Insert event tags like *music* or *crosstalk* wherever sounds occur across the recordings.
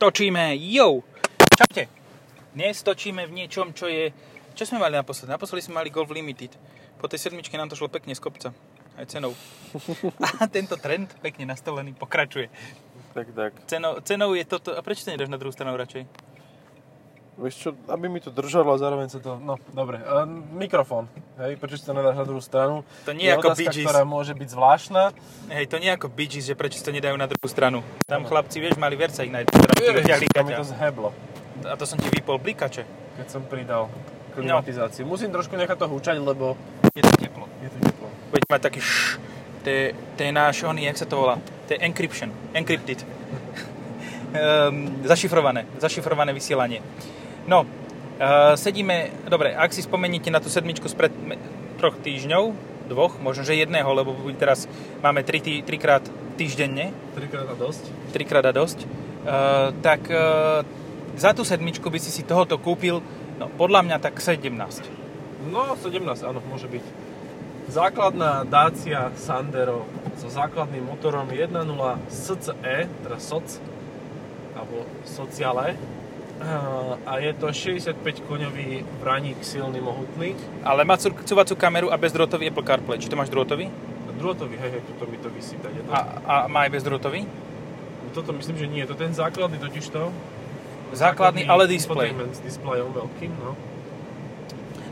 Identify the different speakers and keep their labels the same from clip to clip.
Speaker 1: točíme, jo! Čaute! Dnes točíme v niečom, čo je... Čo sme mali naposledy? Naposledy sme mali Golf Limited. Po tej sedmičke nám to šlo pekne z kopca. Aj cenou. A tento trend, pekne nastolený, pokračuje.
Speaker 2: Tak, tak.
Speaker 1: Cenou, cenou je toto... A prečo to nedáš na druhú stranu radšej?
Speaker 2: Vieš čo, aby mi to držalo a zároveň sa to... No, dobre. A mikrofón. Hej, prečo si to nedáš na druhú stranu?
Speaker 1: To nie je ako
Speaker 2: otázka,
Speaker 1: Bee Gees.
Speaker 2: ktorá môže byť zvláštna.
Speaker 1: Hej, to nie je ako Bee Gees, že prečo si to nedajú na druhú stranu. Tam chlapci, vieš, mali versa ich na jednu stranu. Tí vedia
Speaker 2: to mi
Speaker 1: klikať
Speaker 2: to
Speaker 1: a-
Speaker 2: zheblo,
Speaker 1: A to som ti vypol blikače.
Speaker 2: keď som pridal
Speaker 1: No.
Speaker 2: klimatizáciu. Musím trošku nechať to hučať, lebo
Speaker 1: Je to teplo.
Speaker 2: je to teplo.
Speaker 1: Budete mať taký š... To je, to je náš oný, jak sa to volá? To je encryption. Encrypted. um, zašifrované. Zašifrované vysielanie. No, uh, sedíme... Dobre, ak si spomeniete na tú sedmičku spred me, troch týždňov, dvoch, možno že jedného, lebo teraz máme tri, tý, trikrát týždenne,
Speaker 2: Trikrát a dosť.
Speaker 1: trikrát a dosť, uh, tak uh, za tú sedmičku by si si tohoto kúpil, no podľa mňa tak 17.
Speaker 2: No, 17, áno, môže byť. Základná Dacia Sandero so základným motorom 1.0 SCE, teda SOC, alebo Sociale. A je to 65-koňový vraník silný, mohutný.
Speaker 1: Ale má cur- cuvacú kameru a bezdrôtový Apple CarPlay. Či to máš drôtový?
Speaker 2: Drôtový, hej, hej, toto mi to vysí, tak je to.
Speaker 1: A, a má aj bezdrôtový?
Speaker 2: Toto myslím, že nie, to ten základný totiž to.
Speaker 1: Základný, ale displej.
Speaker 2: infotainment S displejom veľkým, no.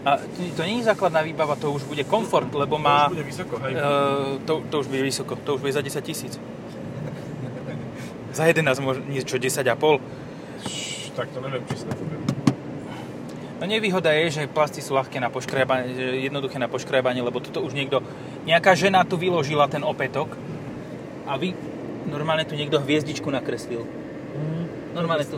Speaker 1: A t- to nie je základná výbava, to už bude komfort, lebo má...
Speaker 2: To už bude vysoko, hej.
Speaker 1: eh, to, to už bude vysoko, to už bude za 10 tisíc. *laughs* za 11 možno, niečo 10 a pol.
Speaker 2: Š, tak to neviem, či si to poviem.
Speaker 1: No nevýhoda je, že plasty sú ľahké na poškrébanie, že jednoduché na poškrébanie, lebo toto už niekto, nejaká žena tu vyložila ten opätok a vy, normálne tu niekto hviezdičku nakreslil. Mm. Normálne tu.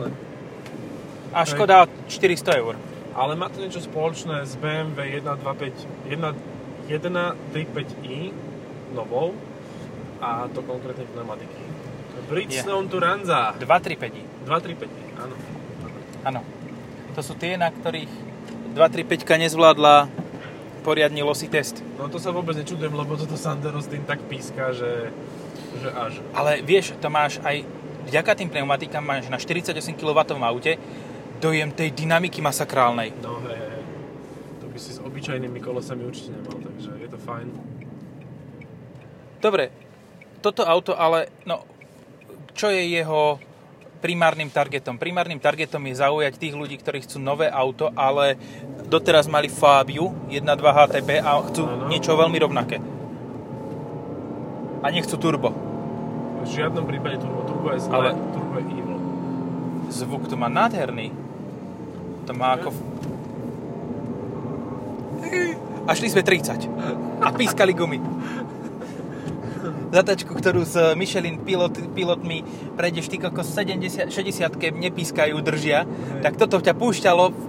Speaker 1: A škoda 400 eur.
Speaker 2: Ale má to niečo spoločné s BMW 125, 1, 135i novou a to konkrétne pneumatiky. Bridgestone Turanza
Speaker 1: 235.
Speaker 2: 235i, áno.
Speaker 1: Áno. To sú tie, na ktorých 235 nezvládla poriadne losy test.
Speaker 2: No to sa vôbec nečudujem, lebo toto Sandero s tým tak píska, že, že až.
Speaker 1: Ale vieš, to máš aj vďaka tým pneumatikám máš na 48 kW aute dojem tej dynamiky masakrálnej.
Speaker 2: No hej, hej, hej. To by si s obyčajnými kolesami určite nemal, takže je to fajn.
Speaker 1: Dobre, toto auto ale, no, čo je jeho primárnym targetom? Primárnym targetom je zaujať tých ľudí, ktorí chcú nové auto, ale doteraz mali Fabiu 1.2 HTB a chcú
Speaker 2: Áno.
Speaker 1: niečo veľmi rovnaké. A nechcú turbo.
Speaker 2: V žiadnom prípade turbo, turbo je zlé, ale...
Speaker 1: Ale-
Speaker 2: turbo no. je evil.
Speaker 1: Zvuk to má nádherný. To má ako... A šli sme 30. A pískali gumy. Zatačku, ktorú s Michelin pilot, pilotmi prejdeš ty kokos 70, 60 nepískajú, držia, tak toto ťa púšťalo v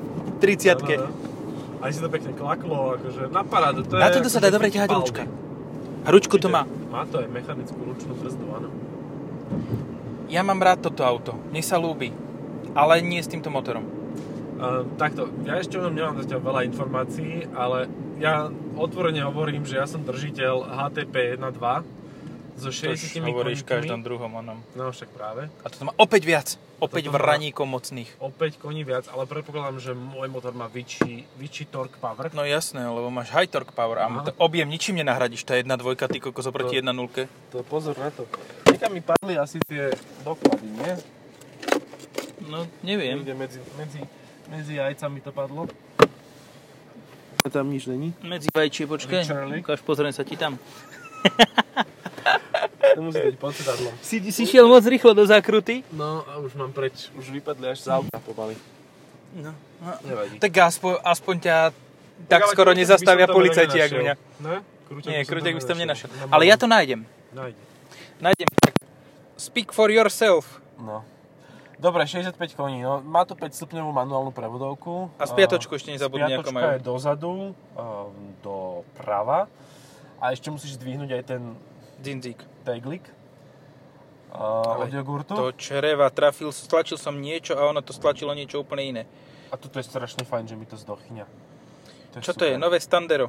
Speaker 1: 30
Speaker 2: No, no, no. Aj si to pekne klaklo, akože na parádu. To
Speaker 1: Na
Speaker 2: je
Speaker 1: toto sa dá
Speaker 2: akože
Speaker 1: dobre ťahať
Speaker 2: Fittipaldi.
Speaker 1: ručka. Hručku to má.
Speaker 2: Má to aj mechanickú ručnú brzdu, áno.
Speaker 1: Ja mám rád toto auto. Mne sa ľúbi. Ale nie s týmto motorom.
Speaker 2: Uh, takto, ja ešte o ňom nemám zatiaľ veľa informácií, ale ja otvorene hovorím, že ja som držiteľ HTP 1.2 so
Speaker 1: To
Speaker 2: 60
Speaker 1: už hovoríš
Speaker 2: koníkmi.
Speaker 1: každom druhom onom.
Speaker 2: No však práve.
Speaker 1: A toto má opäť viac. Opäť
Speaker 2: Toto má-
Speaker 1: vraníkov mocných.
Speaker 2: O 5 koní viac, ale predpokladám, že môj motor má vyšší, vyšší torque power.
Speaker 1: No jasné, lebo máš high torque power a
Speaker 2: Aha.
Speaker 1: t- objem ničím nenahradíš, tá jedna dvojka, ty kokos oproti
Speaker 2: To-
Speaker 1: jedna nulke.
Speaker 2: To pozor na to. Niekam mi padli asi tie doklady, nie?
Speaker 1: No, neviem.
Speaker 2: Niekde medzi, medzi, medzi jajcami to padlo. A tam nič není?
Speaker 1: Medzi vajčie, počkaj.
Speaker 2: Richarly.
Speaker 1: Ukáž, pozriem sa ti tam.
Speaker 2: To musí byť pod sedadlom.
Speaker 1: Si, si šiel moc rýchlo do zákruty?
Speaker 2: No a už mám preč. Už vypadli až z auta pomaly.
Speaker 1: No.
Speaker 2: Nevadí.
Speaker 1: Tak aspoň, aspoň ťa tak,
Speaker 2: ale
Speaker 1: skoro
Speaker 2: Krúťak by
Speaker 1: nezastavia
Speaker 2: som tam
Speaker 1: policajti, jak
Speaker 2: nenašiel.
Speaker 1: mňa.
Speaker 2: Ne? Krúťak
Speaker 1: Nie,
Speaker 2: som
Speaker 1: krutek by si tam nenašiel.
Speaker 2: No,
Speaker 1: Ale ja
Speaker 2: mám.
Speaker 1: to nájdem.
Speaker 2: Nájde.
Speaker 1: Nájdem. Tak. Speak for yourself.
Speaker 2: No. Dobre, 65 koní. No, má to 5 stupňovú manuálnu prevodovku.
Speaker 1: A spiatočku ešte nezabudni, ako
Speaker 2: Spiatočka
Speaker 1: majú.
Speaker 2: je dozadu, ehm, doprava. A ešte musíš zdvihnúť aj ten
Speaker 1: Dzindzík.
Speaker 2: teglik. eh,
Speaker 1: Ale
Speaker 2: od jogurtu.
Speaker 1: To čreva, trafil, stlačil som niečo a ono to stlačilo niečo úplne iné.
Speaker 2: A toto je strašne fajn, že mi to zdochyňa.
Speaker 1: Čo to je? No, Nové
Speaker 2: super.
Speaker 1: Standero.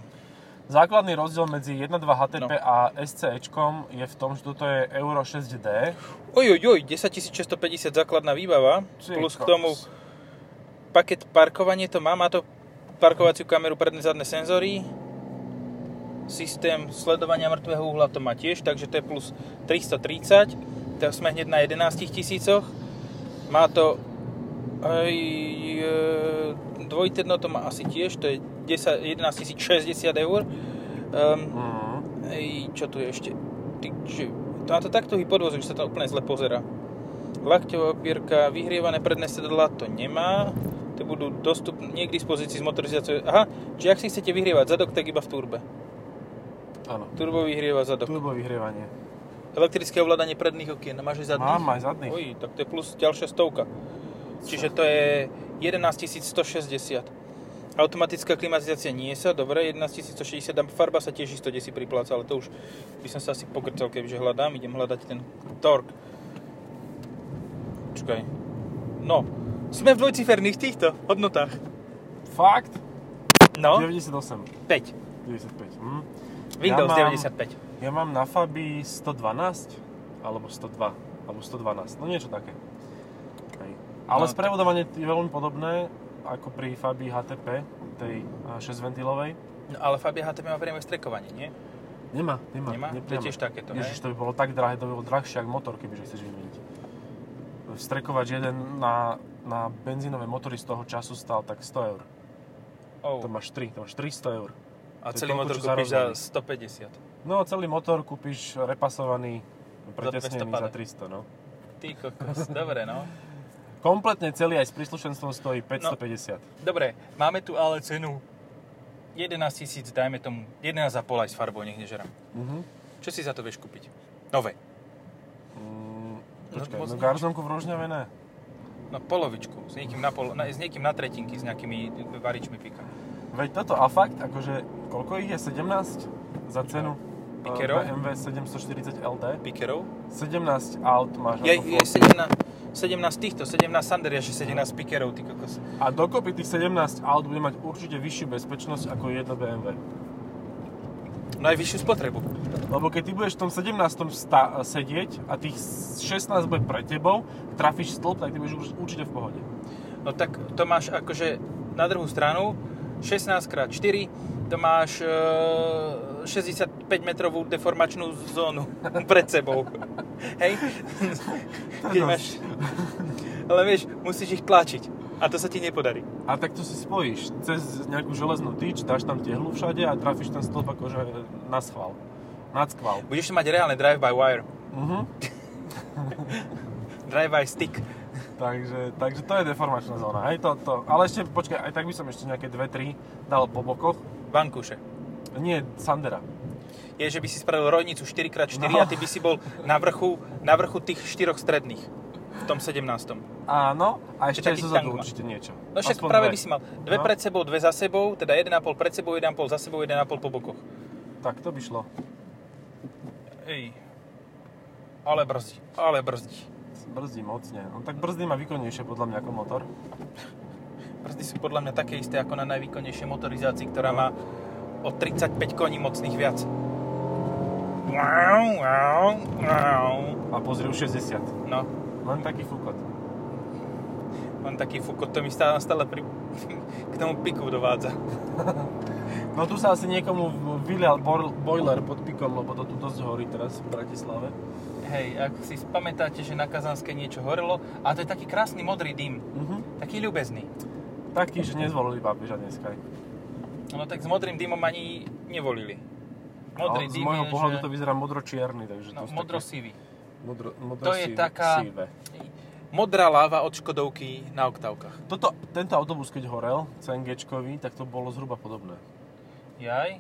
Speaker 2: Základný rozdiel medzi 1.2
Speaker 1: No.
Speaker 2: HTP a SCEčkom je v tom, že toto je Euro 6D.
Speaker 1: Oj, oj, oj, 10 650 základná výbava,
Speaker 2: Ty
Speaker 1: plus k
Speaker 2: kokos.
Speaker 1: tomu paket parkovanie to má, má to parkovaciu kameru, predné zadné senzory, systém sledovania mŕtvého uhla to má tiež, takže to je plus 330, tak sme hneď na 11 tisícoch. Má to aj e, dvojtedno to má asi tiež, to je 10, 11 060 eur. Um,
Speaker 2: Mm.
Speaker 1: Ej, čo tu je ešte? Ty, či, na to takto podvozok, že sa to úplne zle pozera. Lakťová opierka, vyhrievané predné sedadla to nemá. To budú dostupné, nie k dispozícii s motorizáciou. Aha, čiže ak si chcete vyhrievať zadok, tak iba v turbe.
Speaker 2: Áno.
Speaker 1: Turbo vyhrieva zadok.
Speaker 2: Turbo vyhrievanie.
Speaker 1: Elektrické ovládanie predných okien, máš aj zadných?
Speaker 2: Mám aj zadných.
Speaker 1: Oj, tak to je plus ďalšia stovka. Čiže to je 11 160. Automatická klimatizácia nie sa, dobre, 11 160, a farba sa tiež isto desi pripláca, ale to už by som sa asi pokrcal, keďže hľadám, idem hľadať ten tork. Čakaj. No, sme v dvojciferných týchto hodnotách.
Speaker 2: Fakt?
Speaker 1: No,
Speaker 2: 98.
Speaker 1: 5.
Speaker 2: 95. Hm.
Speaker 1: Windows
Speaker 2: mám-
Speaker 1: 95.
Speaker 2: Ja mám na Fabi 112, alebo 102, alebo 112, no niečo také. Hej. Ale
Speaker 1: No,
Speaker 2: no, sprevodovanie je veľmi podobné ako pri Fabi HTP, tej eh, 6-ventilovej.
Speaker 1: No, ale Fabia HT má priame strekovanie, nie?
Speaker 2: Nemá, nemá.
Speaker 1: Nemá? To je
Speaker 2: nepriame.
Speaker 1: tiež takéto, hej?
Speaker 2: Ježiš, to by bolo tak drahé, to by bolo drahšie ako motor, kebyže chceš vymeniť. Strekovač jeden na, na benzínové motory z toho času stal tak 100 eur.
Speaker 1: Oh.
Speaker 2: To máš 3, to máš 300 eur.
Speaker 1: A
Speaker 2: to je
Speaker 1: celý
Speaker 2: toľko,
Speaker 1: motor
Speaker 2: čo
Speaker 1: kúpiš za
Speaker 2: zarobil.
Speaker 1: 150.
Speaker 2: No celý motor kúpiš repasovaný, pretesnený za 300, no.
Speaker 1: Ty kokos, dobre no.
Speaker 2: Kompletne celý aj s príslušenstvom stojí 550.
Speaker 1: Dobre, máme tu ale cenu 11 tisíc, dajme tomu 11,5 aj s farbou, nech nežerám.
Speaker 2: No. Mhm.
Speaker 1: Čo si za to vieš kúpiť? Nové.
Speaker 2: Mm,
Speaker 1: No,
Speaker 2: počkaj,
Speaker 1: moc
Speaker 2: no,
Speaker 1: ne.
Speaker 2: garzonku v Rožňave ne.
Speaker 1: No polovičku, s niekým na, pol, na, s niekým na tretinky, s nejakými varičmi pika.
Speaker 2: Veď toto a fakt, akože koľko ich je? 17 za cenu eh,
Speaker 1: Pikerov?
Speaker 2: BMW 740 LD.
Speaker 1: Pikerov? No,
Speaker 2: 17 aut máš
Speaker 1: Je,
Speaker 2: ako
Speaker 1: je
Speaker 2: Ford.
Speaker 1: 17, 17 týchto, 17 Sander, je 17 pikerov, ty kokos.
Speaker 2: A dokopy tých 17 aut bude mať určite vyššiu bezpečnosť ako jedno BMW.
Speaker 1: No aj vyššiu spotrebu.
Speaker 2: Lebo keď ty budeš v tom 17 sta- sedieť a tých 16 bude pre tebou, trafíš stĺp, tak ty budeš už- určite v pohode.
Speaker 1: No tak to máš akože na druhú stranu 16x4, to máš e, 65 metrovú deformačnú zónu *laughs* pred sebou. Hej? Keď
Speaker 2: dosť.
Speaker 1: máš... Ale vieš, musíš ich tlačiť. A to sa ti nepodarí.
Speaker 2: A tak to si spojíš cez nejakú železnú tyč, dáš tam tehlu všade a trafíš ten stĺp akože na schvál. Nad schvál.
Speaker 1: Budeš mať reálne drive-by-wire.
Speaker 2: Mhm.
Speaker 1: Drive-by-stick.
Speaker 2: Takže, takže to je deformačná zóna. Aj to, to. Ale ešte, počkaj, aj tak by som ešte nejaké 2-3 dal po bokoch.
Speaker 1: Vankúše.
Speaker 2: Nie, Sandera.
Speaker 1: Je, že by si spravil rojnicu 4x4
Speaker 2: No.
Speaker 1: a ty by si bol na vrchu, na vrchu tých štyroch stredných. V tom 17.
Speaker 2: Áno, a
Speaker 1: Čiže
Speaker 2: ešte aj
Speaker 1: taký
Speaker 2: zozadu
Speaker 1: tank má.
Speaker 2: určite niečo.
Speaker 1: No však
Speaker 2: Aspoň
Speaker 1: práve
Speaker 2: dve.
Speaker 1: by si mal dve
Speaker 2: No.
Speaker 1: pred sebou, dve za sebou, teda 1,5 pred sebou, 1,5 za sebou, 1,5 po bokoch.
Speaker 2: Tak to by šlo.
Speaker 1: Ej. Ale brzdí, ale brzdí.
Speaker 2: Brzdí mocne. No tak brzdy má výkonnejšie podľa mňa ako motor.
Speaker 1: Brzdy sú podľa mňa také isté ako na najvýkonnejšej motorizácii, ktorá má o 35 koní mocných viac. Wow, wow, wow.
Speaker 2: A pozri, už 60.
Speaker 1: No,
Speaker 2: Len taký fúkot.
Speaker 1: mám taký fúkot, to mi stále, stále pri... *laughs* k tomu piku dovádza.
Speaker 2: No tu sa asi niekomu vylial bor- boiler pod pikom, lebo to tu dosť horí teraz v Bratislave.
Speaker 1: Hej, ak si spamätáte, že na Kazanskej niečo horelo, a to je taký krásny modrý dym,
Speaker 2: Mhm.
Speaker 1: taký ľubezný.
Speaker 2: Taký, že nezvolili pápeža dneska.
Speaker 1: No tak s modrým dymom ani nevolili. Modrý
Speaker 2: Ale No, z
Speaker 1: dym
Speaker 2: môjho
Speaker 1: je,
Speaker 2: pohľadu
Speaker 1: že...
Speaker 2: to vyzerá modro-čierny, takže
Speaker 1: no,
Speaker 2: to sú také
Speaker 1: modrosivý.
Speaker 2: modro, modro
Speaker 1: To je taká-
Speaker 2: Síve.
Speaker 1: Modrá láva od Škodovky na oktávkach.
Speaker 2: Toto, tento autobus, keď horel, CNGčkový, tak to bolo zhruba podobné.
Speaker 1: Jaj?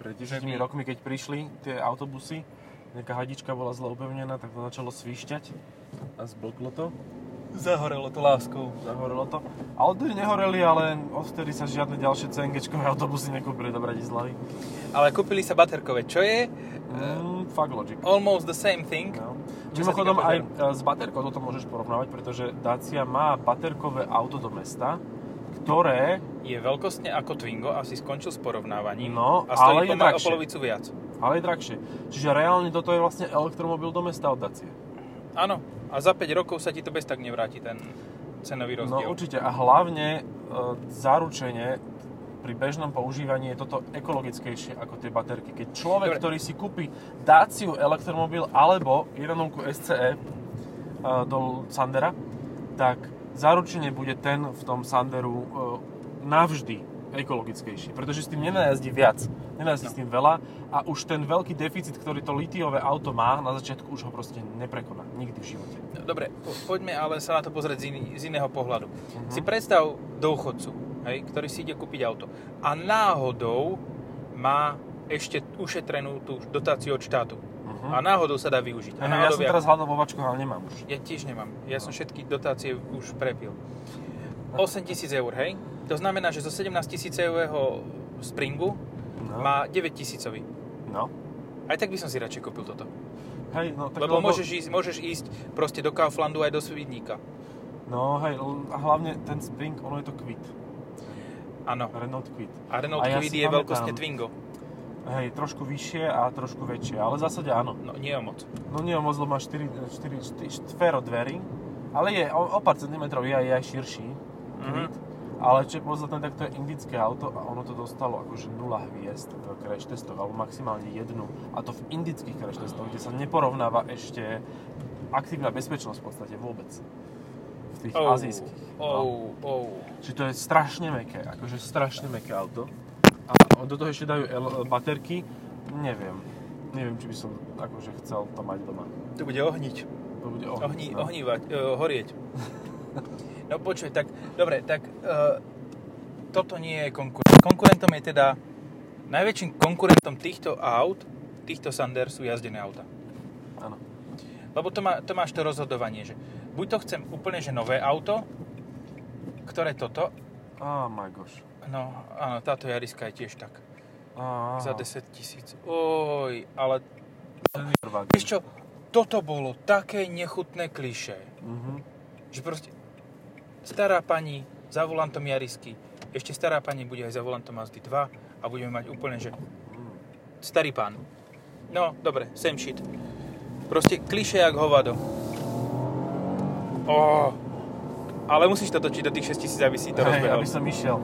Speaker 2: Pred
Speaker 1: Že
Speaker 2: 10
Speaker 1: by-
Speaker 2: rokmi, keď prišli tie autobusy, nejaká hadička bola zle upevnená, tak to začalo svišťať a zblklo to,
Speaker 1: Zahorelo to láskou.
Speaker 2: zahorelo to. A odtedy nehoreli, ale odvtedy sa žiadne ďalšie CNGčkové autobusy nekúpili do Bratislavy.
Speaker 1: Ale kúpili sa baterkové, čo je
Speaker 2: Mm, fuck logic.
Speaker 1: almost the same thing.
Speaker 2: No.
Speaker 1: Čo sa
Speaker 2: Mimochodom
Speaker 1: týka
Speaker 2: aj e, s baterkou toto môžeš porovnávať, pretože Dacia má baterkové auto do mesta, ktoré
Speaker 1: Je veľkostne ako Twingo, asi skončil s porovnávaním.
Speaker 2: No,
Speaker 1: a stojí
Speaker 2: ale je
Speaker 1: pomaly o
Speaker 2: drahšie.
Speaker 1: polovicu viac.
Speaker 2: ale je drahšie. Čiže reálne toto je vlastne elektromobil do mesta od Dacie.
Speaker 1: Áno, a za 5 rokov sa ti to bez tak nevráti, ten cenový
Speaker 2: No
Speaker 1: rozdiel.
Speaker 2: určite a hlavne e, zaručenie pri bežnom používaní je toto ekologickejšie ako tie baterky. Keď človek,
Speaker 1: Dobre.
Speaker 2: ktorý si kúpi Daciu elektromobil alebo 1.0 SCE e, do Sandera, tak zaručenie bude ten v tom Sanderu e, navždy ekologickejší, pretože s tým nenajazdí viac, nenajazdí
Speaker 1: No.
Speaker 2: s tým veľa a už ten veľký deficit, ktorý to litiové auto má, na začiatku už ho proste neprekoná, nikdy v živote.
Speaker 1: No, Dobre, po- poďme ale sa na to pozrieť z, iný, z iného pohľadu. Si
Speaker 2: Mhm.
Speaker 1: predstav dôchodcu, hej, ktorý si ide kúpiť auto a náhodou má ešte ušetrenú tú dotáciu od štátu.
Speaker 2: Mhm.
Speaker 1: A náhodou sa dá využiť. A
Speaker 2: Ja, ja
Speaker 1: náhodou
Speaker 2: som
Speaker 1: ja-
Speaker 2: teraz No. hľadal vo vačkoch, ale nemám už.
Speaker 1: Ja tiež nemám. Ja som všetky dotácie už prepil.
Speaker 2: No.
Speaker 1: 8 tisíc eur, hej? To znamená, že zo 17 tisíc eurového Springu
Speaker 2: No.
Speaker 1: má 9 tisícový.
Speaker 2: No.
Speaker 1: Aj tak by som si radšej kúpil toto.
Speaker 2: Hej, no, tak
Speaker 1: lebo, môžeš, ísť, môžeš ísť proste do Kauflandu aj do Svidníka.
Speaker 2: No hej, l- a hlavne ten Spring, ono je to Quid.
Speaker 1: Áno.
Speaker 2: Renault Quid.
Speaker 1: A Renault
Speaker 2: A ja
Speaker 1: Kwid
Speaker 2: si
Speaker 1: je
Speaker 2: pamätám.
Speaker 1: veľkostne Twingo.
Speaker 2: Hej, trošku vyššie a trošku väčšie, ale v zásade áno.
Speaker 1: No, nie o moc.
Speaker 2: No nie moc, lebo má 4, 4, 4, 4 dverí, ale je o, o pár centimetrov je aj, je aj širší
Speaker 1: Mhm.
Speaker 2: Quid. Ale čo je podstatné, tak to je indické auto a ono to dostalo akože 0 hviezd v crash testoch, alebo maximálne jednu. A to v indických crash testoch, kde sa neporovnáva ešte aktívna bezpečnosť v podstate vôbec. V tých
Speaker 1: Oh,
Speaker 2: azijských. no.
Speaker 1: oh, oh.
Speaker 2: Čiže to je strašne meké, akože strašne meké auto. A do toho ešte dajú L- baterky, neviem. Neviem, či by som akože chcel to mať doma.
Speaker 1: Tu bude ohniť.
Speaker 2: To bude ohniť,
Speaker 1: Ohni,
Speaker 2: no.
Speaker 1: ohnívať, uh,
Speaker 2: *laughs*
Speaker 1: horieť. No počuj, tak, dobre, tak uh, toto nie je konkurent. Konkurentom je teda, najväčším konkurentom týchto aut, týchto Sander sú jazdené auta.
Speaker 2: Áno.
Speaker 1: Lebo to, má, to máš to rozhodovanie, že buď to chcem úplne, že nové auto, ktoré toto,
Speaker 2: Oh my gosh.
Speaker 1: no áno, táto Jariska je tiež tak,
Speaker 2: Ah,
Speaker 1: za 10 tisíc. Oj, ale vieš čo, toto bolo také nechutné klišé.
Speaker 2: Mhm.
Speaker 1: Že proste stará pani za volantom Jarisky, ešte stará pani bude aj za volantom Mazdy 2 a budeme mať úplne, že
Speaker 2: Mm.
Speaker 1: starý pán. No, dobre, same shit. Proste kliše jak hovado. Oh, ale musíš to točiť do tých 6000, aby si to
Speaker 2: Hej,
Speaker 1: rozbehol.
Speaker 2: aby som išiel.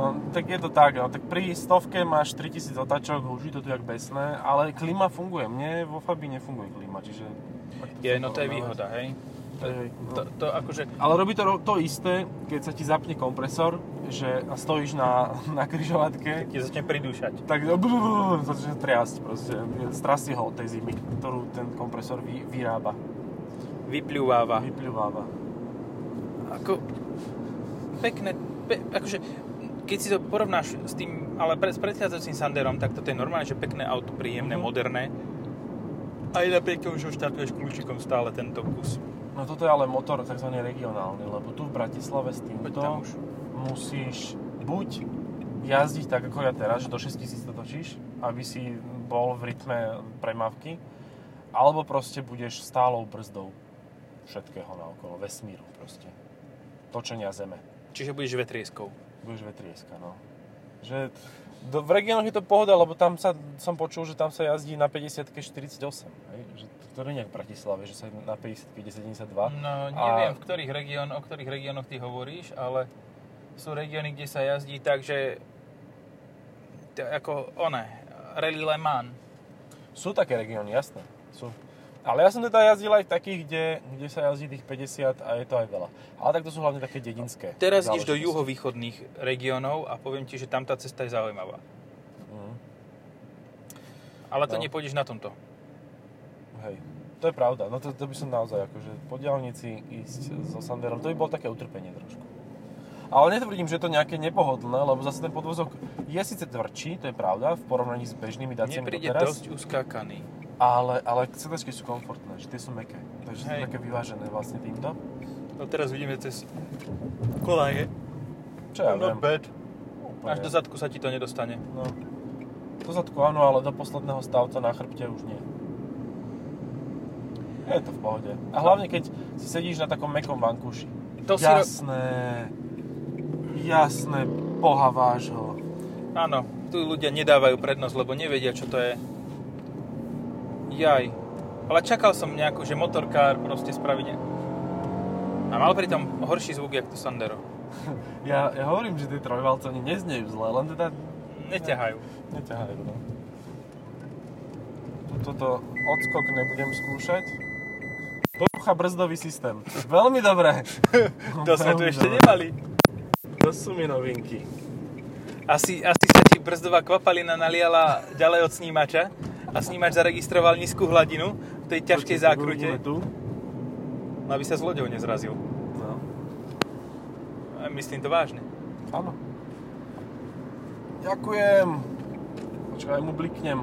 Speaker 2: No, tak je to tak, no, tak pri stovke máš 3000 otáčok, už je to tu jak besné, ale klima funguje. Mne vo Fabi nefunguje klima, čiže...
Speaker 1: Je, no to je výhoda, hej.
Speaker 2: Hej, no.
Speaker 1: To, to akože,
Speaker 2: Ale robí to ro- to isté, keď sa ti zapne kompresor, že a stojíš na, na križovatke,
Speaker 1: ti začne pridúšať.
Speaker 2: tak bl- bl- bl- bl- začne triasť proste. Strasie ho od tej zimy, ktorú ten kompresor vy, vyrába,
Speaker 1: Vypľúváva.
Speaker 2: vypľuváva.
Speaker 1: ako pekné, pe, akože keď si to porovnáš s tým, ale pre, s predchádzajúcim Sanderom, tak toto je normálne, že pekné auto, príjemné,
Speaker 2: Mhm.
Speaker 1: moderné. Aj napriek tomu, že ho štartuješ kľúčikom stále tento kus.
Speaker 2: No toto je ale motor tzv. regionálny, lebo tu v Bratislave s
Speaker 1: Poď tam
Speaker 2: týmto
Speaker 1: už.
Speaker 2: musíš buď jazdiť tak ako ja teraz, že do 6000 to točíš, aby si bol v rytme premávky, alebo proste budeš stálou brzdou všetkého naokolo, vesmíru proste, točenia zeme.
Speaker 1: Čiže budeš vetrieskou.
Speaker 2: Budeš vetrieska, no. Že do, v regiónoch je to pohoda, lebo tam sa, som počul, že tam sa jazdí na 50 48. Hej? Že to, to nie je jak v Bratislave, že sa na 50 ide 72.
Speaker 1: No, neviem,
Speaker 2: neviem,
Speaker 1: v ktorých región, o ktorých regiónoch ty hovoríš, ale sú regióny, kde sa jazdí tak, že ako one, Rally Le Mans.
Speaker 2: Sú také regióny, jasné. Sú. Ale ja som teda jazdil aj v takých, kde, kde sa jazdí tých 50 a je to aj veľa. Ale tak to sú hlavne také dedinské.
Speaker 1: Teraz ideš do
Speaker 2: záležitosti.
Speaker 1: juhovýchodných regiónov a poviem ti, že tam tá cesta je zaujímavá.
Speaker 2: Mhm.
Speaker 1: Ale to
Speaker 2: No.
Speaker 1: nepôjdeš na tomto.
Speaker 2: Hej, to je pravda. No to, to by som naozaj, akože po diálnici ísť so Sanderom, to by bolo také utrpenie trošku. Ale netvrdím, že je to nejaké nepohodlné, lebo zase ten podvozok je síce tvrdší, to je pravda, v porovnaní s bežnými
Speaker 1: Mne
Speaker 2: daciami
Speaker 1: príde
Speaker 2: doteraz,
Speaker 1: dosť uskákaný.
Speaker 2: ale, ale sedačky sú komfortné, že tie sú meké, takže sú
Speaker 1: Hej.
Speaker 2: také vyvážené vlastne týmto.
Speaker 1: No teraz vidíme cez kolaje.
Speaker 2: Čo ja viem, No
Speaker 1: bad.
Speaker 2: úplne.
Speaker 1: No, Až do zadku sa ti to nedostane.
Speaker 2: No. Do zadku áno, ale do posledného stavca na chrbte už nie. Je to v pohode. A hlavne, keď si sedíš na takom mekom vankúši.
Speaker 1: To si ro-
Speaker 2: Jasné. Jasné, poha vášho.
Speaker 1: Áno, tu ľudia nedávajú prednosť, lebo nevedia, čo to je. Jaj. Ale čakal som nejakú, že motorkár proste spraví ne... A mal pritom horší zvuk, jak to Sandero.
Speaker 2: Ja, ja hovorím, že tie trojvalce ani neznejú zle, len teda
Speaker 1: Neťahajú.
Speaker 2: neťahajú. No. Toto odskok nebudem skúšať. Porucha brzdový systém. Veľmi dobré.
Speaker 1: To sme tu
Speaker 2: Veľmi
Speaker 1: ešte
Speaker 2: dobré.
Speaker 1: nemali.
Speaker 2: To sú mi novinky.
Speaker 1: Asi, asi sa ti brzdová kvapalina naliala ďalej od snímača a snímač zaregistroval nízku hladinu v tej ťažkej
Speaker 2: Počkej,
Speaker 1: zákrute,
Speaker 2: uvidíme Tu.
Speaker 1: no aby sa s loďou nezrazil.
Speaker 2: No.
Speaker 1: A Myslím to vážne.
Speaker 2: Áno. Ďakujem. Počkaj, mu bliknem.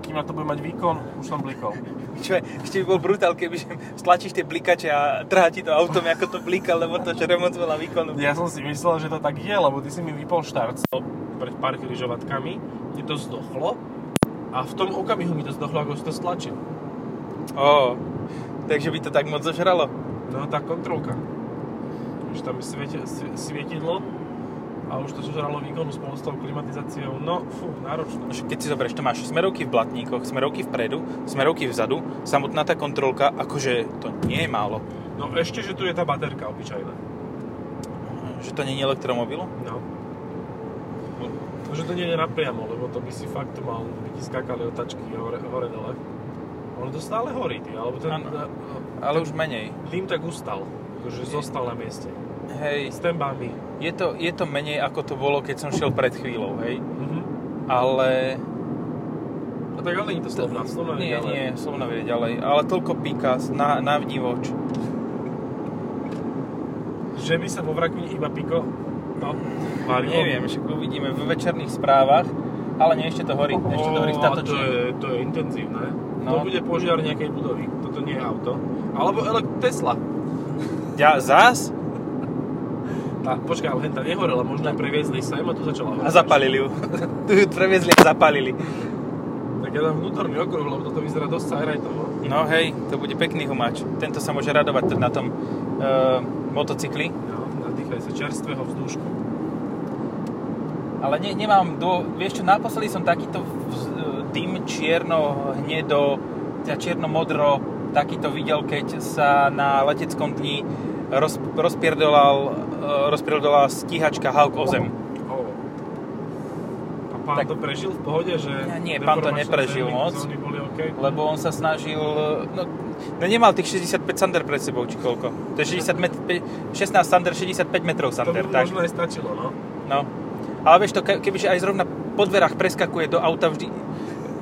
Speaker 2: Kým na to bude mať výkon, už som blikol.
Speaker 1: Čo je, ešte by bol brutál, keby že stlačíš tie blikače a trhá ti to autom, ako to blíka, lebo to čere moc veľa výkonu.
Speaker 2: Ja som si myslel, že to tak je, lebo ty si mi vypol štart pred pár križovatkami, mi to zdochlo a v tom okamihu mi to zdochlo, ako si to stlačil.
Speaker 1: Ó, takže by to tak moc zožralo.
Speaker 2: No tá kontrolka. Už tam je svieti- svi- svietidlo a už to zožralo výkonu spolu s tou klimatizáciou. No, fú, náročné.
Speaker 1: Že Keď si zoberieš, to máš smerovky v blatníkoch, smerovky vpredu, smerovky vzadu, samotná tá kontrolka, akože to nie je málo.
Speaker 2: No ešte, že tu je tá baterka obyčajná.
Speaker 1: Že to nie je elektromobil?
Speaker 2: No. Že No, to nie je napriamo, lebo to by si fakt mal, by ti skákali otačky hore, hore dole. Ono to stále horí, ty, alebo ten
Speaker 1: Áno.
Speaker 2: ano.
Speaker 1: Ale už menej.
Speaker 2: dým tak ustal, že zostal na mieste.
Speaker 1: Hej,
Speaker 2: S tembami.
Speaker 1: je to, je to menej ako to bolo, keď som šiel pred chvíľou, hej.
Speaker 2: Mhm.
Speaker 1: Ale...
Speaker 2: A tak ale nie je to slovná, slovná
Speaker 1: nie, nie, slovno vie ďalej. Ale toľko píka na, na vnívoč.
Speaker 2: Že by sa vo Vrakuni iba piko no, varilo.
Speaker 1: Neviem, však uvidíme v večerných správách, ale nie, ešte to horí, ešte to horí v
Speaker 2: Ó, to,
Speaker 1: tatočine.
Speaker 2: je, to je intenzívne.
Speaker 1: No.
Speaker 2: No. To bude požiar nejakej budovy. Toto nie je auto. Alebo elek- Tesla.
Speaker 1: Ja, zás?
Speaker 2: Tá, počkaj, ale henta nehorela, možno ju previezli sem a tu začala
Speaker 1: A zapalili ju. *laughs* tu ju previezli a zapalili.
Speaker 2: Tak ja dám vnútorný okruh, lebo toto vyzerá dosť sajrajtovo.
Speaker 1: No hej, to bude pekný humáč. Tento sa môže radovať na tom e, motocykli.
Speaker 2: No, nadýchaj sa čerstvého vzdušku.
Speaker 1: Ale ne, nemám dô... Vieš čo, naposledy som takýto vz- dym čierno, hnedo, teda čierno-modro takýto videl, keď sa na leteckom dni roz, rozpierdolal, e, rozpierdolala stíhačka Hawk o zem.
Speaker 2: Oh. A pán
Speaker 1: Tak-
Speaker 2: to prežil v pohode, že...
Speaker 1: Ja nie, pán to
Speaker 2: deformačné
Speaker 1: neprežil
Speaker 2: zóny-
Speaker 1: moc.
Speaker 2: Zóny boli OK.
Speaker 1: Lebo on sa snažil... e, No, no nemal tých 65 sander pred sebou, či koľko. To je 60 met, pe- 16 sander, 65 metrov
Speaker 2: To by
Speaker 1: sander,
Speaker 2: mu
Speaker 1: tak.
Speaker 2: možno aj stačilo, no.
Speaker 1: No. Ale vieš to, ke- kebyže aj zrovna po dverách preskakuje do auta vždy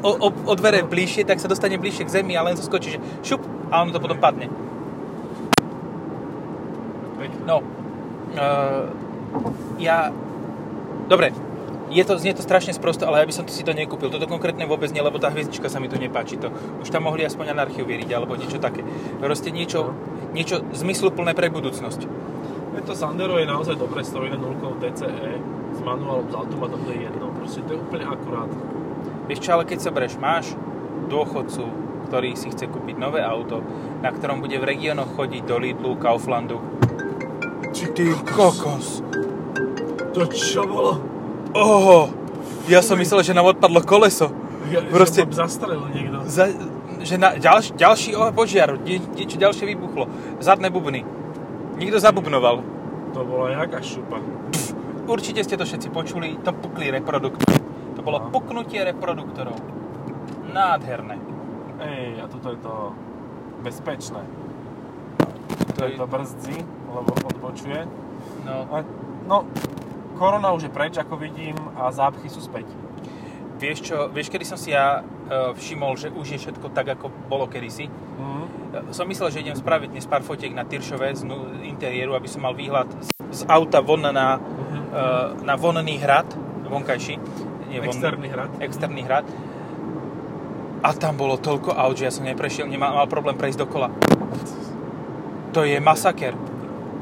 Speaker 1: o, o, o dvere bližšie, tak sa dostane bližšie k zemi a len zaskočí, že šup a ono to potom padne.
Speaker 2: Pekne.
Speaker 1: No, uh, ja... Dobre, je to, znie to strašne sprosto, ale ja by som si to nekúpil. Toto konkrétne vôbec nie, lebo tá hviezdička sa mi tu nepáči. To. Už tam mohli aspoň anarchiu vieriť, alebo niečo také. Proste niečo, niečo zmysluplné pre budúcnosť.
Speaker 2: Preto Sandero je naozaj dobre stojí na 0 TCE E s manuálom, s automatom, to je jedno. Proste to je úplne akurát.
Speaker 1: Vieš čo, ale keď sa bereš, máš dôchodcu, ktorý si chce kúpiť nové auto, na ktorom bude v regiónoch chodiť do Lidlu, Kauflandu.
Speaker 2: Či ty
Speaker 1: Kokos!
Speaker 2: To čo bolo?
Speaker 1: Oho! Ja som myslel, že nám odpadlo koleso.
Speaker 2: Ja,
Speaker 1: Proste-
Speaker 2: Proste... Že ma zastrelil niekto.
Speaker 1: Za, že na, ďalš, ďalší oh, požiar, nie, niečo ďalšie vybuchlo. Zadné bubny. Niekto zabubnoval.
Speaker 2: To bola jaká šupa.
Speaker 1: Určite ste to všetci počuli, to pukli reproduktory. To
Speaker 2: No.
Speaker 1: bolo puknutie reproduktorov. Nádherné.
Speaker 2: Ej, a toto je to bezpečné.
Speaker 1: To
Speaker 2: To je
Speaker 1: je-
Speaker 2: to brzdzi, lebo odbočuje.
Speaker 1: No,
Speaker 2: A, no, korona už je preč, ako vidím, a zápchy sú späť.
Speaker 1: vieš čo, vieš, kedy som si ja e, všimol, že už je všetko tak, ako bolo kedysi? E,
Speaker 2: Mm.
Speaker 1: som myslel, že idem spraviť dnes pár fotiek na Tyršove z nu- interiéru, aby som mal výhľad z, z auta von na, e, na vonný hrad, vonkajší. Nie, von-
Speaker 2: Externý hrad.
Speaker 1: Externý hrad. A tam bolo toľko aut, že ja som neprešiel, nemal mal problém prejsť dokola. To je masaker.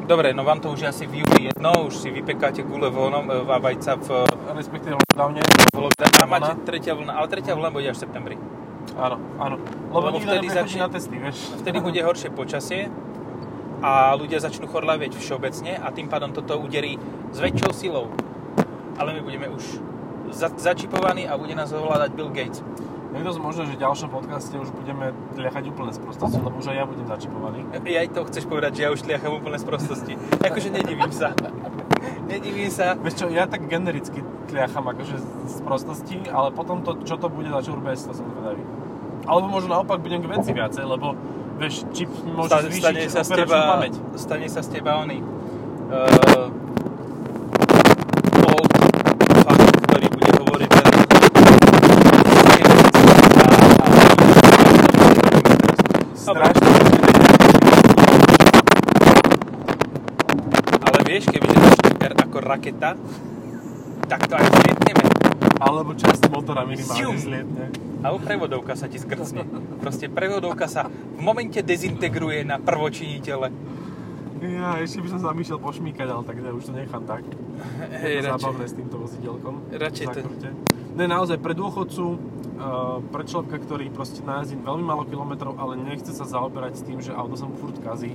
Speaker 1: Dobre, no vám to už je asi v júli jedno, už si vypekáte gule vonom, e, a vajca v,
Speaker 2: Respektíve v lockdowne.
Speaker 1: v lockdowne. A
Speaker 2: Vlna.
Speaker 1: máte tretia vlna, ale tretia vlna bude až v septembri.
Speaker 2: Áno, áno. Lebo,
Speaker 1: Lebo
Speaker 2: nikto
Speaker 1: vtedy
Speaker 2: nebude chodiť
Speaker 1: začne-
Speaker 2: na testy, vieš.
Speaker 1: Vtedy bude horšie počasie, a ľudia začnú chorlavieť všeobecne a tým pádom toto uderí s väčšou silou. Ale my budeme už za- začipovaní a bude nás ovládať Bill Gates.
Speaker 2: Je dosť možné, že v ďalšom podcaste už budeme tliachať úplne sprostosti, lebo už aj ja budem začipovaný.
Speaker 1: Ja aj to chceš povedať, že ja už tliacham úplne z prostosti. Akože nedivím sa. Nedivím sa.
Speaker 2: Vieš čo, ja tak genericky tliacham akože z prostosti, ale potom to, čo to bude za čurbes, to som zvedavý. Alebo možno naopak budem k veci viacej, lebo vieš, čip môže
Speaker 1: Sta-
Speaker 2: zvýšiť
Speaker 1: stane sa, z
Speaker 2: operačnú
Speaker 1: teba,
Speaker 2: pamäť.
Speaker 1: stane sa z teba oný uh, old fuck, ktorý bude hovoriť teraz také veci a- a-
Speaker 2: Strašne.
Speaker 1: Ale vieš, keby to R ako raketa, tak to aj zlietneme.
Speaker 2: Alebo časť motora minimálne
Speaker 1: Zium.
Speaker 2: zlietne.
Speaker 1: Alebo prevodovka sa ti skrcne. Proste prevodovka sa v momente dezintegruje na prvočinitele.
Speaker 2: Ja ešte by som zamýšľal pošmíkať, ale tak ne, už to nechám tak.
Speaker 1: Hej,
Speaker 2: Je to
Speaker 1: radšej.
Speaker 2: zábavné s týmto vozidielkom.
Speaker 1: Radšej to-
Speaker 2: Zakrute. Ne, naozaj pre dôchodcu, eh, pre človeka, ktorý proste najazdí veľmi málo kilometrov, ale nechce sa zaoberať s tým, že auto sa mu furt kazí.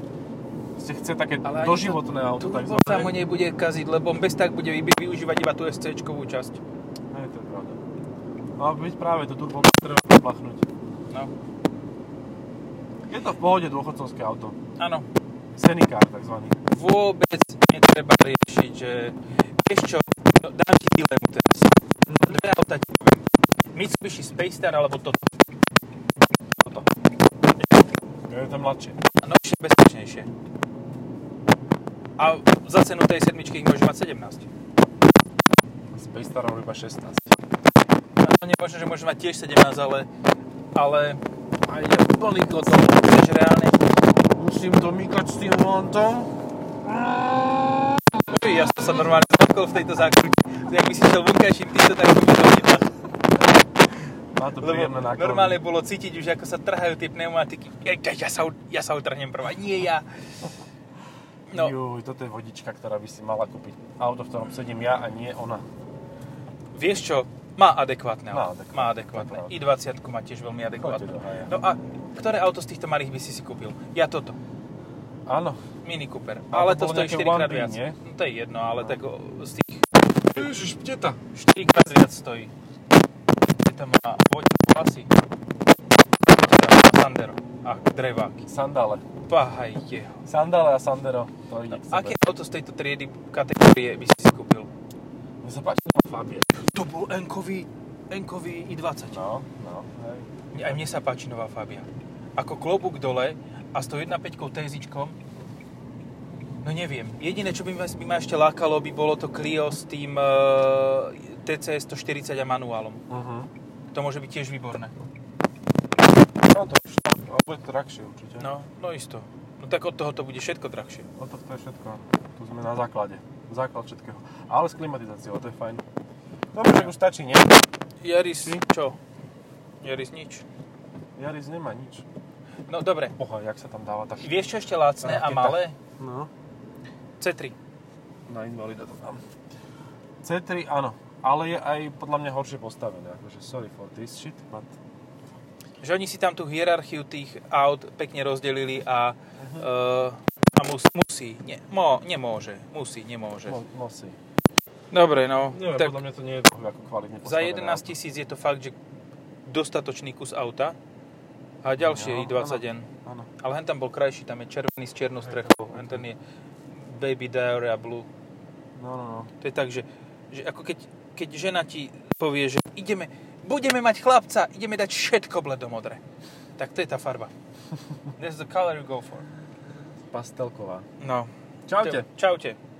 Speaker 2: Proste chce také
Speaker 1: Ale ani
Speaker 2: doživotné auto.
Speaker 1: Tu
Speaker 2: tak
Speaker 1: sa mu nebude kaziť, lebo on bez tak bude vybi- využívať iba tú SC-čkovú časť.
Speaker 2: Ne, to je pravda. Malo by byť práve to turbo, ktoré treba plachnúť.
Speaker 1: No,
Speaker 2: Je to v pohode dôchodcovské auto.
Speaker 1: áno.
Speaker 2: Senikár takzvaný.
Speaker 1: Vôbec netreba riešiť, že... Vieš čo, no, dám ti dilemu teraz. Dve auta ti poviem. Mitsubishi Space Star alebo toto. Toto.
Speaker 2: Je to mladšie.
Speaker 1: A novšie, bezpečnejšie. A za cenu tej sedmičky ich môže mať 17.
Speaker 2: Space Starov iba 16.
Speaker 1: No, nemôžno, že môže mať tiež 17, ale... Ale...
Speaker 2: A je úplný kotol.
Speaker 1: Vieš, reálne...
Speaker 2: Musím domýkať s tým volantom.
Speaker 1: Uj, ja som sa normálne zmatkol v tejto zákrute. Jak by si šiel vonkajším týmto, tak by to videl.
Speaker 2: Má to
Speaker 1: Lebo
Speaker 2: príjemné náklady.
Speaker 1: normálne bolo cítiť už, ako sa trhajú tie pneumatiky. Ja, ja, ja, sa, ut- ja sa utrhnem prvá, nie ja.
Speaker 2: No.
Speaker 1: No,
Speaker 2: Juj, toto je vodička, ktorá by si mala kúpiť auto, v ktorom sedím ja a nie ona.
Speaker 1: vieš čo? Má adekvátne
Speaker 2: Má
Speaker 1: auto.
Speaker 2: adekvátne,
Speaker 1: Má adekvátne.
Speaker 2: to je
Speaker 1: I20 má tiež veľmi
Speaker 2: Choďte
Speaker 1: adekvátne.
Speaker 2: do haja.
Speaker 1: No a ktoré auto z týchto malých by si si kúpil? Ja toto.
Speaker 2: Áno.
Speaker 1: Mini Cooper.
Speaker 2: A
Speaker 1: Ale
Speaker 2: to
Speaker 1: to
Speaker 2: bolo
Speaker 1: stojí
Speaker 2: nejaké
Speaker 1: 4 krát
Speaker 2: One B,
Speaker 1: viac.
Speaker 2: nie?
Speaker 1: No, to je jedno, ale tak o, z tých
Speaker 2: Ježiš, pteta.
Speaker 1: 4 krát viac stojí. Je tam má voď vlasy. Sandero. A dreváky.
Speaker 2: Sandále.
Speaker 1: Páhaj jeho.
Speaker 2: Sandále a Sandero. To ide k sebe.
Speaker 1: Aké auto z tejto triedy kategórie by si si kúpil?
Speaker 2: Mne sa páči ten Fabia.
Speaker 1: To bol Enkový, Enkový i20.
Speaker 2: No, no. Hej.
Speaker 1: Aj mne sa páči nová Fabia. Ako klobúk dole a s tou 1.5 tézičkom, no neviem. Jediné, čo by ma, by ma ešte lákalo, by bolo to Clio s tým uh, TCS 140 a manuálom.
Speaker 2: Uh-huh.
Speaker 1: To môže byť tiež výborné.
Speaker 2: No to už tak, ale bude to drahšie určite.
Speaker 1: No, no isto. No tak od toho to bude všetko drahšie.
Speaker 2: O to, to je všetko. Tu sme na základe. Základ všetkého. Ale s klimatizáciou, to je fajn. Dobre, tak už stačí, nie?
Speaker 1: Jaris,
Speaker 2: Ty?
Speaker 1: čo? Jaris nič.
Speaker 2: Jaris nemá nič.
Speaker 1: No dobre.
Speaker 2: Oha, jak sa tam dáva tak...
Speaker 1: Vieš čo ešte lacné a
Speaker 2: Raketa.
Speaker 1: malé?
Speaker 2: No.
Speaker 1: C3.
Speaker 2: Na invalida to dám. C3, áno. Ale je aj podľa mňa horšie postavené. Akože sorry for this shit, but...
Speaker 1: že oni si tam tú hierarchiu tých aut pekne rozdelili a,
Speaker 2: Mhm.
Speaker 1: uh, a mus, musí, nie, mo, nemôže, musí, nemôže.
Speaker 2: No, nosí.
Speaker 1: Dobre, no,
Speaker 2: Neviem,
Speaker 1: tak
Speaker 2: podľa mňa to nie je ako kvalitne
Speaker 1: za 11
Speaker 2: postavené auto.
Speaker 1: tisíc je to fakt, že dostatočný kus auta a ďalšie
Speaker 2: No,
Speaker 1: i 21.
Speaker 2: Áno.
Speaker 1: Ale hen tam bol krajší, tam je červený s čiernou strechou, hen ten je Baby Diarrhea Blue.
Speaker 2: No, no, no.
Speaker 1: To je tak, že, že ako keď, keď žena ti povie, že ideme, budeme mať chlapca, ideme dať všetko bledomodré. Tak to je tá farba. That's the color you go for.
Speaker 2: Pastelková.
Speaker 1: No.
Speaker 2: Čaute.
Speaker 1: Čaute.